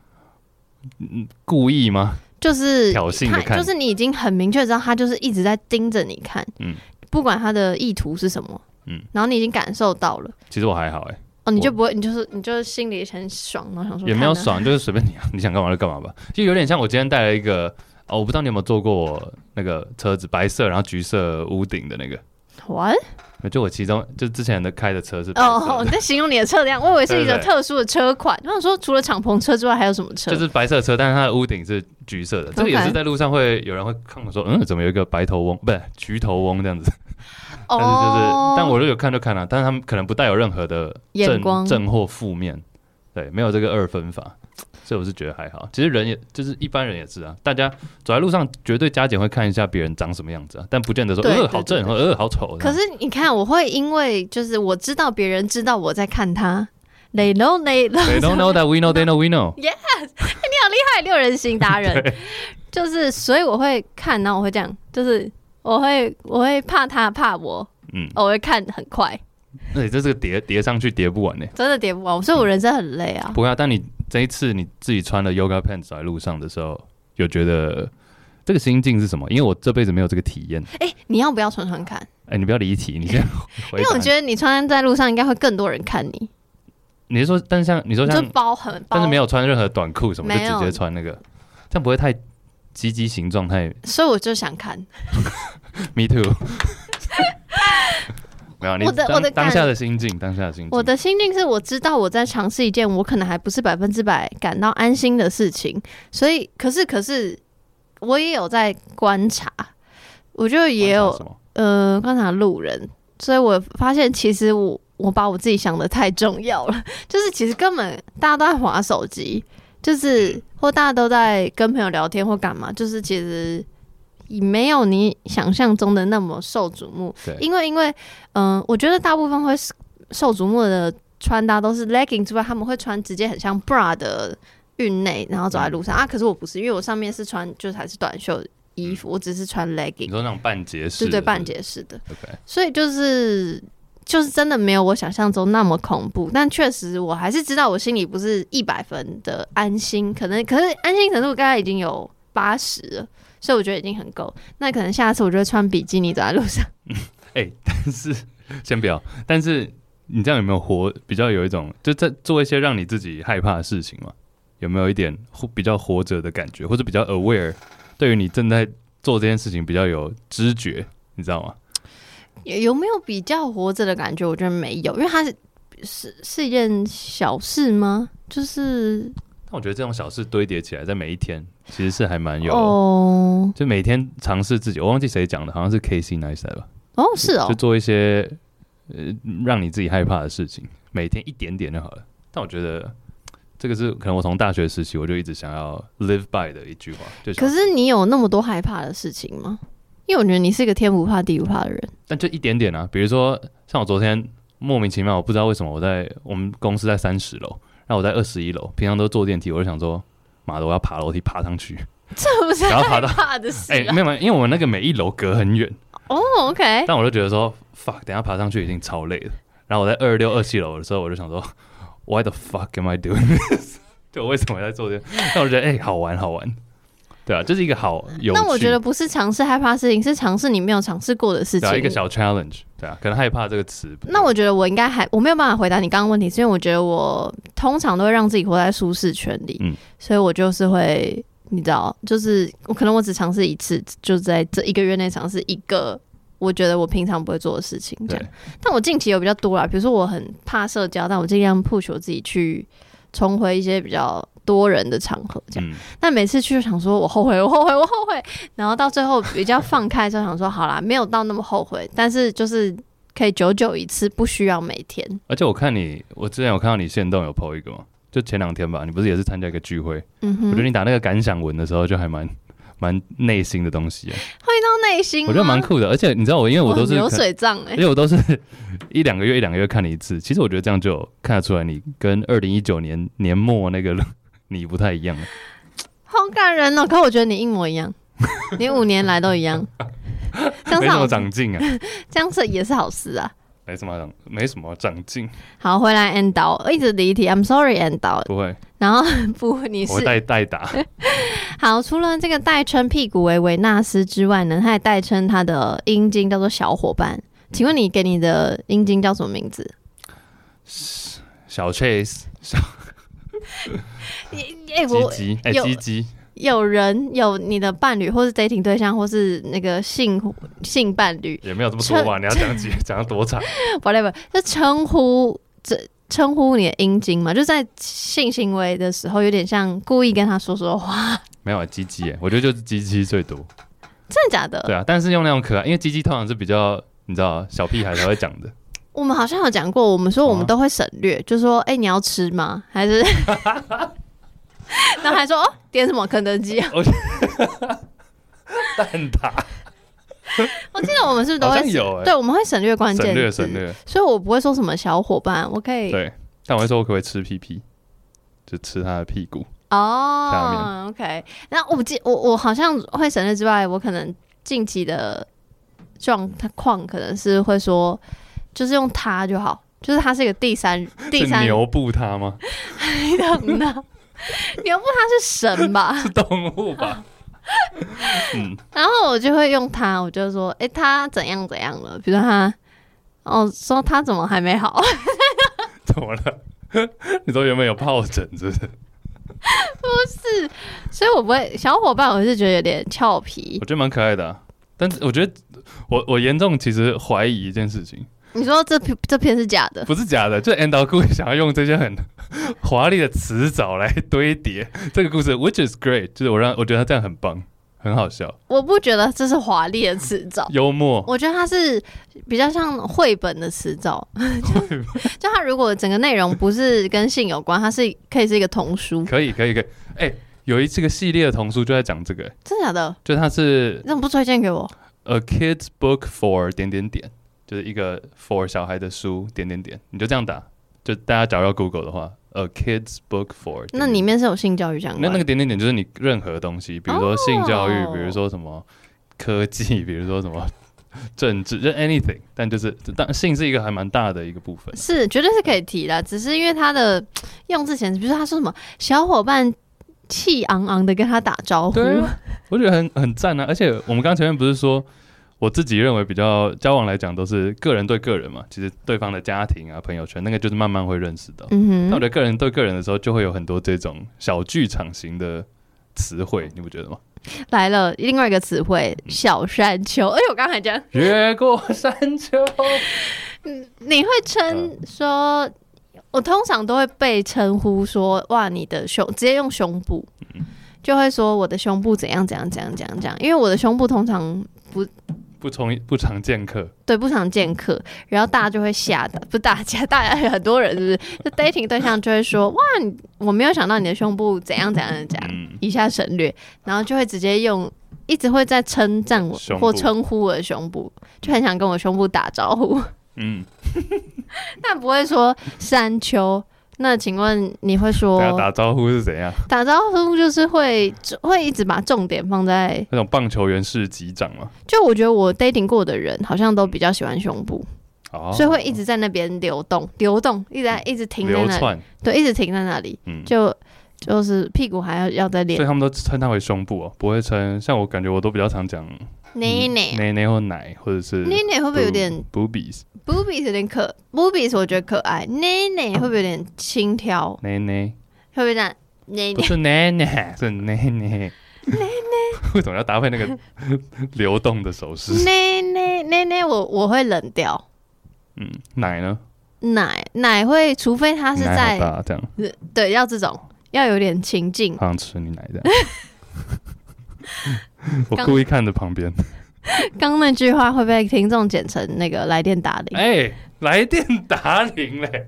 B: 故意吗？
A: 就是
B: 挑衅
A: 他
B: 的看
A: 就是你已经很明确知道他就是一直在盯着你看，
B: 嗯
A: 不管他的意图是什么，
B: 嗯
A: 然后你已经感受到了，
B: 其实我还好、欸，
A: 哦，你
B: 我
A: 就不会，你就是你就是心里很爽，然后想说
B: 也没有
A: 看啊， *laughs*
B: 爽，就是随便你啊， *laughs* 你想干嘛就干嘛吧。就有点像我今天带了一个哦，我不知道你有没有坐过我那个车子，白色然后橘色屋顶的那个。
A: 完
B: 就我其中就之前的开的车是白色的
A: 哦，你在形容你的车辆，我以为是一
B: 对
A: 种
B: 对对
A: 特殊的车款，我想说除了敞篷车之外还有什么车？
B: *laughs* 就是白色的车，但是它的屋顶是橘色的。这个也
A: OK
B: 是在路上会有人会看我说，嗯，怎么有一个白头翁，不是橘头翁这样子。
A: 哦
B: 但是就是，但我如果有看就看了、但是他们可能不带有任何的
A: 眼
B: 正
A: 光
B: 正或负面，对，没有这个二分法，所以我是觉得还好。其实人也就是一般人也是啊，大家走在路上绝对加减会看一下别人长什么样子啊，但不见得说
A: 对
B: 呃
A: 对
B: 好正
A: 对
B: 或呃好丑。
A: 可
B: 这样
A: 是你看，我会因为就是我知道别人知道我在看他，they know they know，
B: They don't know that we know they know we
A: *laughs*
B: know。
A: 太 *laughs* 六人行达人，就是所以我会看，然后我会这样，就是我会我会怕他怕我，
B: 嗯，
A: 我会看很快，
B: 那你这是个叠叠上去叠不完呢、
A: 真的叠不完，所以我人生很累啊。
B: 不会啊，但你这一次你自己穿了 yoga pants 走在路上的时候，有觉得这个心境是什么？因为我这辈子没有这个体验。
A: 哎、你要不要穿穿看？
B: 哎、你不要离题，你先 *laughs* 回答。
A: 因为我觉得你穿在路上应该会更多人看你，
B: 你是说，但是像你说
A: 就
B: 像
A: 包很包，
B: 但是没有穿任何短裤什么，就
A: 没有
B: 直接穿那个，这样不会太积极形状太
A: 所以我就想看。
B: 嗯 me too。没有，你
A: 我的
B: 当
A: 我的感
B: 当下的心境，当下的心境，
A: 我的心境是我知道我在尝试一件我可能还不是百分之百感到安心的事情，所以可是可是我也有在观察，我就也有
B: 什么？
A: 呃观察路人，所以我发现其实我我把我自己想的太重要了， *laughs* 就是其实根本大家都在划手机，
B: 嗯
A: 就是或大家都在跟朋友聊天或干嘛，就是其实也没有你想象中的那么受瞩目
B: 对，
A: 因为因为嗯、呃我觉得大部分会受瞩目的穿搭都是 legging 之外，他们会穿直接很像 bra 的运内，然后走在路
B: 嗯
A: 上、啊，可是我不是，因为我上面是穿就是还是短袖衣服，我只是穿 legging
B: 你。说那种半截式
A: 对
B: 的，
A: 对，半
B: 嗯是嗯
A: 截式的，
B: 不是。OK， *laughs*
A: 所以就是就是真的没有我想象中那么恐怖，但确实我还是知道我心里不是一百分的安心，可能可是安心程度刚才已经有八十了，所以我觉得已经很够。那可能下次我就会穿比基尼走在路上，
B: 但是先不要，但是你这样有没有活比较有一种就在做一些让你自己害怕的事情嘛？有没有一点活比较活着的感觉，或者比较 aware，对于你正在做这件事情比较有知觉，你知道吗？
A: 有有没有比较活着的感觉？我觉得没有，因为它是是是一件小事吗？ *laughs* 就是
B: 但我觉得这种小事堆叠起来，在每一天其实是还蛮有，
A: 哦
B: 就每天尝试自己。我忘记谁讲的，好像是 Casey Neistat 吧，
A: 哦是哦
B: 就，做一些呃让你自己害怕的事情，每天一点点就好了。但我觉得这个是可能我从大学时期我就一直想要 live by 的一句话，就
A: 可是你有那么多害怕的事情吗？因为我觉得你是一个天不怕地不怕的人。 *laughs*
B: 但就一点点啊，比如说像我昨天莫名其妙，我不知道为什么我在我们公司在三十楼，然后我在二十一楼，平常都坐电梯，我就想说，妈的，我要爬楼梯爬
A: *laughs*
B: 上去。
A: 这不是
B: 然后爬
A: 害
B: 到
A: 怕的事、啊。
B: 哎、没有没有，因为我们那个每一楼隔很远，
A: 哦，OK、o k
B: 但我就觉得说，fuck，等一下爬上去已经超累了。然后我在二六、二七楼的时候，我就想说，Why the fuck am I doing this？对， *laughs* 我为什么在做这个？但我觉得，哎、好玩，好玩，对啊，这、是一个好有趣，
A: 那我觉得不是尝试害怕事情，是尝试你没有尝试过的事
B: 对
A: 情。
B: 啊，一个小 challenge，对啊，可能害怕这个词。
A: 那我觉得我应该还我没有办法回答你刚刚问题，是因为我觉得我通常都会让自己活在舒适圈里，
B: 嗯
A: 所以我就是会你知道，就是我可能我只尝试一次，就在这一个月内尝试一个我觉得我平常不会做的事情，这样
B: 对。
A: 但我近期有比较多啦，比如说我很怕社交，但我尽量 push 我自己去重回一些比较多人的场合，这样。
B: 嗯，
A: 但每次去就想说，我后悔，我 *laughs* 后悔，我后悔。然后到最后比较放开，就想说，好啦，没有到那么后悔，但是就是可以久久一次，不需要每天。
B: 而且我看你，我之前有看到你现动有 PO 一个嘛，就前两天吧，你不是也是参加一个聚会？
A: 嗯
B: 我觉得
A: 哼，
B: 你打那个感想文的时候，就还蛮蛮内心的东西、啊，
A: 内心
B: 我觉得蛮
A: 吗
B: 酷的。而且你知道我，因为我都是
A: 哇流
B: 可
A: 水账哎、
B: 而且我都是一两个月一两个月看你一次。其实我觉得这样就有看得出来，你跟二零一九年年末那个 *laughs* 你不太一样了。
A: 好感人哦。可我觉得你一模一样，你五年来都一
B: *laughs*
A: 样，这样
B: 没
A: 是
B: 什么
A: 好，
B: 长进啊，
A: 这样是也是好事啊。
B: 没什么长，没什么长进，
A: 好，回来 end 到一直离题，I'm sorry end 到。
B: 不会，
A: 然后不，你
B: 我会
A: 是
B: 代代打。
A: 好，除了这个代称屁股为维纳斯之外呢，他还代称他的阴茎叫做小伙伴。请问你给你的阴茎叫什么名字？
B: 小 Chase，小
A: 哎、
B: 鸡
A: 我
B: 鸡，哎，
A: 有
B: 鸡鸡，
A: 有人有你的伴侣，或是 dating 对象，或是那个性性伴侣
B: 也没有这么说吧？你要讲几，讲到
A: *laughs*
B: 多长？
A: ，whatever，就称呼这称呼你的阴茎嘛，就在性行为的时候，有点像故意跟他说说话，
B: 没有啊，鸡鸡，哎，我觉得就是鸡鸡最多。
A: 真的假的？
B: 对啊，但是用那种可爱，因为鸡鸡通常是比较，你知道，小屁孩才会
A: *laughs*
B: 讲的。
A: 我们好像有讲过，我们说我
B: 哦
A: 们都会省略，就说哎、你要吃吗？还
B: *laughs*
A: 是，然后还说哦点什么肯德基啊？
B: 蛋挞
A: 我记得我们是不是都
B: 好
A: 会
B: 像有哎
A: 对，我们会省略关键
B: 省略
A: 字
B: 省，略，
A: 所以我不会说什么小伙伴，我可以
B: 对。但我会说，我可不可以吃屁屁？就吃他的屁股。
A: 哦，OK。那我记我我好像会省略之外，我可能近期的状况可能是会说，就是用他就好，就是他是一个第三第
B: 是
A: 三
B: 牛步它吗？
A: 等的， *laughs* 牛不他是神吧？
B: 是动物吧？嗯，
A: 然后我就会用他，我就说，诶，他怎样怎样了？比如说他，哦，说他怎么还没好？ *laughs*
B: 怎么了？ *laughs* 你说原本有疱疹是不是？
A: 所以我不会小伙伴，我是觉得有点俏皮
B: 我。觉得蛮可爱的啊、但是我觉得我我严重其实怀疑一件事情，
A: 你说这篇这篇是假的？
B: 不是假的，就 a n d 故意想要用这些很 *laughs* 华丽的词藻来堆叠这个故事，which is great，就是我让我觉得他这样很棒，很好笑，
A: 我不觉得这是华丽的词藻，
B: 幽默，
A: 我觉得它是比较像绘本的词藻。 *laughs* 就就它如果整个内容不是跟性有关，它是可以是一个童书，
B: 可以可以可以。哎、有一这个系列的童书就在讲这个、
A: 真的假的？
B: 就它是
A: 你怎么不推荐给我？
B: A Kids Book for 点点点，就是一个 for 小孩的书点点点，你就这样打，就大家假如要 Google 的话，A Kids Book for 点点点
A: 那里面是有性教育相
B: 那
A: 关
B: 那
A: 的
B: 个点点点就是你任何东西，比如说性教育，
A: 哦
B: 比如说什么科技， *laughs* 比如说什么政治，就 anything，但就是当性是一个还蛮大的一个部分。
A: 是，绝对是可以提的，只是因为他的用字遣词，比如说他说什么小伙伴气昂昂的跟他打招呼，
B: 对啊我觉得很很赞啊！而且我们刚前面不是说，我自己认为比较交往来讲都是个人对个人嘛，其实对方的家庭啊、朋友圈那个就是慢慢会认识到。
A: 嗯
B: 那我
A: 哼，
B: 觉得个人对个人的时候，就会有很多这种小剧场型的词
A: 哦
B: 汇，你不觉得吗？
A: 来了另外一个词汇小山丘，而且我刚才讲，
B: 越过山丘，
A: 你会
B: 嗯
A: 称说。我通常都会被称呼说哇，你的胸直接用胸部，
B: 嗯
A: 就会说我的胸部怎样怎样怎样怎样怎样，因为我的胸部通常
B: 不充不常见客，
A: 对，不常见客，然后大家就会吓到，不大家，大家有很多人是不是？就 dating 对象就会说，哇，你我没有想到你的胸部怎样怎样怎样，
B: 嗯，
A: 以下省略，然后就会直接用，一直会在称赞我
B: 胸部
A: 或称呼我的胸部，就很想跟我胸部打招呼， *laughs*
B: 嗯，
A: 但不会说山丘。那请问你会说
B: 大家打招呼是怎样？
A: 打招呼就是会会一直把重点放在，
B: 那种棒球员式击掌嘛，
A: 就我觉得我 dating 过的人好像都比较喜欢胸部，
B: 哦，嗯
A: 所以会一直在那边流动流动，一直在一直停在
B: 流
A: 那里，
B: 窜，
A: 对，一直停在那里，
B: 嗯，
A: 就就是屁股还要要再
B: 所以
A: 练
B: 他们都称它为胸部哦，不会称，像我感觉我都比较常讲嗯
A: 捏捏。
B: 奶奶或奶，或者是
A: 捏捏会不会有
B: 嗯
A: 点
B: boobies
A: boobies 有点可 boobies 我觉得可爱，捏捏会不会有点轻佻？
B: 奶奶，
A: 会不会这样捏
B: 不
A: 捏？
B: 是奶奶，是奶奶奶奶， *laughs* 为什么要搭配那个流动的手势？
A: 捏捏捏捏，我我会冷掉。
B: 嗯，奶呢？
A: 奶奶会，除非他啊是
B: 奶好
A: 在
B: 大，这样
A: 对要这种要有点情境，
B: 好想吃你
A: *laughs*
B: 奶这样。我故意看着旁
A: *laughs*
B: 边，
A: 刚那句话会被听众剪成那个来电打铃。
B: 哎、来电打铃嘞！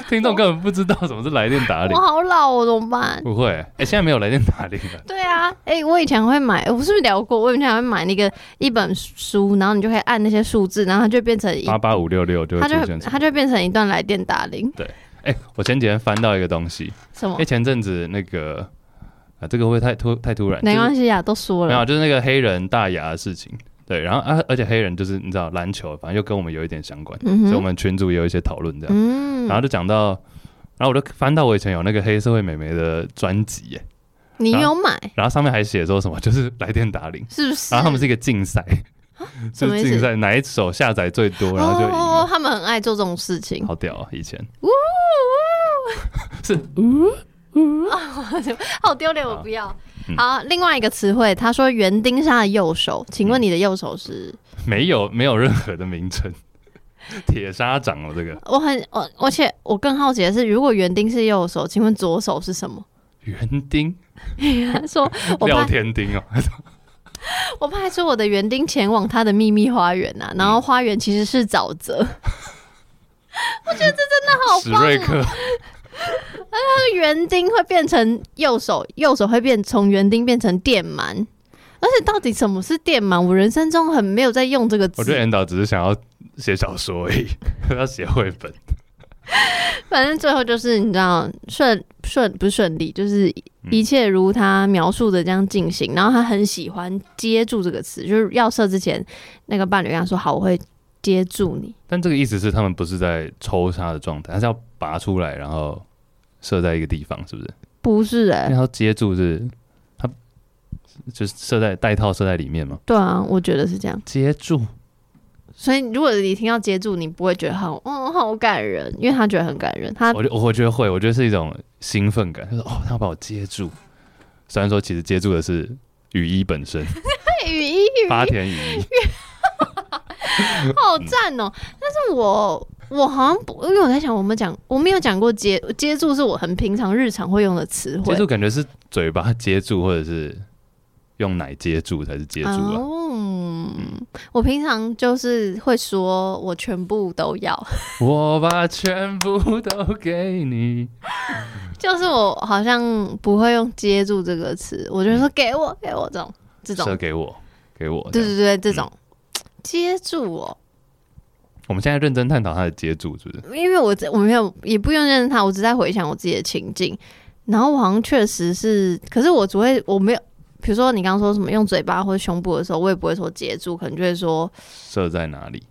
B: *laughs* 听众根本不知道什么是来电打铃
A: 我，好老哦，怎么办？
B: 不会，哎、现在没有来电打铃了。
A: 对啊，哎、我以前会买，我是不是聊过？我以前会买那个一本书，然后你就可以按那些数字，然后它就变成一，
B: 八八五六六就会
A: 它就
B: 出
A: 会
B: 现什么。
A: 它就变成一段来电打铃。
B: 哎、我前几天翻到一个东西，
A: 什么
B: 哎、？前阵子那个啊，这个会不会太突太突然，
A: 没
B: 就是
A: 关系啊，都说
B: 没有，
A: 了。
B: 就是那个黑人大牙的事情。对，然后啊，而且黑人就是你知道篮球，反正又跟我们有一点相关，
A: 嗯
B: 所以我
A: 哼，
B: 们群组也有一些讨论这样。
A: 嗯
B: 然后就讲到，然后我就翻到我以前有那个黑社会美眉的专辑耶，
A: 你
B: 然
A: 有买
B: 然后上面还写说什么就是来电打铃，
A: 是不是？
B: 然后他们是一个竞赛，
A: 什
B: *laughs* 就
A: 么
B: 是
A: 意思
B: 竞赛哪一首下载最多，然后就赢
A: 哦，
B: 了，
A: 他们很爱做这种事情。
B: 好屌啊！以前
A: 呜呜，
B: *laughs* 是
A: 好丢脸，我
B: 好
A: 不要
B: 嗯。
A: 好，另外一个词汇，他说园丁是他的右手，请问你的右手是？
B: 没有没有任何的名称， *laughs* 铁砂掌哦，这个
A: 我很我，而且我更好奇的是，如果园丁是右手，请问左手是什么？ *laughs*
B: 园丁
A: 他
B: *laughs*
A: 说我啊
B: 廖
A: 派
B: 天丁哦，
A: 我派出我的园丁前往他的秘密花园呐、然
B: 嗯
A: 后花园其实是沼泽。 *laughs* 我
B: 史
A: 觉得这真的好棒、哦
B: 瑞克，
A: 那园丁会变成右手，右手会变从园丁变成电鳗。而且到底什么是电鳗？我人生中很没有在用这个
B: 我觉得
A: 词，
B: 安导只是想要写小说而已， *laughs* 要写绘本，
A: 反正最后就是你知道顺顺不顺利，就是
B: 嗯
A: 一切如他描述的这样进行。然后他很喜欢接住这个词，就是要射之前，那个伴侣跟他说：“好，我会接住你。
B: 但这个意思是他们不是在抽插的状态，他是要拔出来，然后射在一个地方，是不是？”
A: 不是哎、
B: 然后接住是他就是射在带套射在里面吗？
A: 对啊，我觉得是这样。
B: 接住
A: 所以如果你听到接住，你不会觉得好，嗯，好感人，因为他觉得很感人。他
B: 我觉我觉得会，我觉得是一种兴奋感，就是哦，他要把我接住。虽然说其实接住的是雨衣本身，
A: 对雨衣雨
B: 八田雨
A: *laughs*
B: 衣，
A: 好赞哦、但是我我好像不，因为我在想，我们讲我没有讲过接接住是我很平常日常会用的词汇
B: 接。住感觉是嘴巴接住，或者是用奶接住才是接住啊。
A: 哦嗯我平常就是会说，我全部都要， *laughs*
B: 我把全部都给你，
A: 就是我好像不会用“接住”这个词，我就说给我给我这种这种
B: 射，给我，给我。
A: 对
B: 这样
A: 对对，这种、
B: 嗯
A: 接住哦我、
B: 我们现在认真探讨他的接住，是不是？
A: 因为我在我没有也不用认识他，我只在回想我自己的情境。然后我好像确实是，可是我只会我没有，比如说你刚刚说什么用嘴巴或者胸部的时候，我也不会说接住，可能就会说
B: 射在哪里？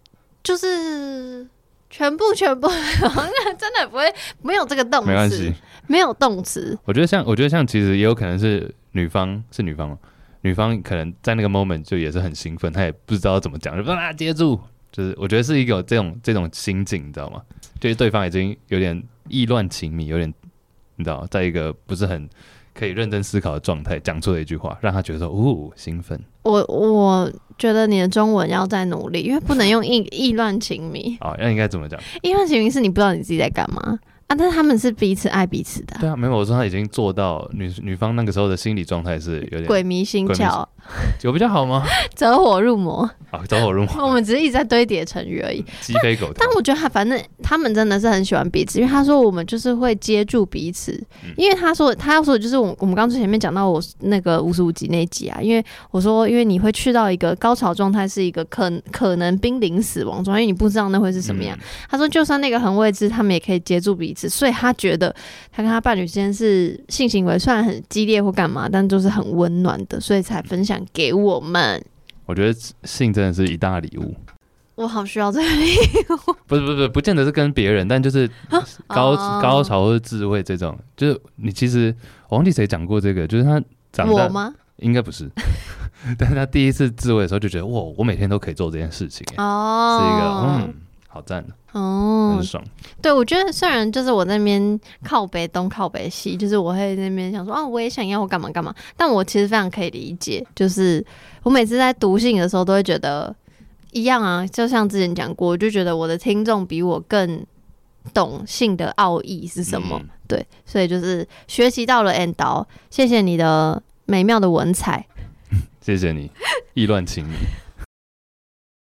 A: 就是全部全部， *laughs* 真的不会没有这个动词，
B: 没关系，
A: 没有动词，
B: 我觉得像，我觉得像，其实也有可能是女方是女方吗？女方可能在那个 moment 就也是很兴奋，她也不知道怎么讲，就啊接住，就是我觉得是一个这种这种心境，你知道吗？就是对方已经有点意乱情迷，有点你知道，在一个不是很可以认真思考的状态讲出了一句话，让他觉得说哦兴奋
A: 我我觉得你的中文要再努力，因为不能用意意乱情迷，*laughs*
B: *laughs* 啊，那应该怎么讲？
A: 意乱情迷是你不知道你自己在干嘛。啊，但是他们是彼此爱彼此的啊、
B: 对啊，没有，我说他已经做到女女方那个时候的心理状态是有
A: 鬼
B: 点
A: 迷心
B: 鬼迷
A: 窍，
B: 有比较好吗？
A: 走火入魔。
B: 啊，走火入
A: 我 *laughs*
B: 魔，
A: 们只是一直在堆叠成语而已。
B: 鸡飞狗跳
A: 哦但。我觉得他反正他们真的是很喜欢彼此，因为他说我们就是会接住彼此，
B: 嗯
A: 因为他说他要说的就是我我们刚才前面讲到我那个五十五集那一集啊，因为我说因为你会去到一个高潮状态是一个可可能濒临死亡状态，因为你不知道那会是什么
B: 嗯
A: 样。他说就算那个很未知，他们也可以接住彼此，所以他觉得他跟他伴侣之间是性行为虽然很激烈或干嘛，但就是很温暖的，所以才分享给我们。
B: 我觉得性真的是一大礼物，
A: 我好需要这个
B: 不是不是不是，不见得是跟别人，但就是高、
A: 哦
B: 高潮或者智慧这种，就是你其实我忘记谁讲过这个，就是他长
A: 我
B: 大
A: 吗？
B: 应该不是， *laughs* 但是他第一次自慰的时候就觉得哇，我每天都可以做这件事情，欸
A: 哦，
B: 是一个嗯，好赞，
A: 哦
B: 很，爽。
A: 对，我觉得虽然就是我在那边靠北东靠北西，就是我会在那边想说啊，我也想要我干嘛干嘛，但我其实非常可以理解，就是我每次在读信的时候都会觉得一样啊，就像之前讲过，我就觉得我的听众比我更懂性的奥义是什么，
B: 嗯
A: 对，所以就是学习到了 and 谢谢你的美妙的文采，
B: 谢谢你，意乱情迷。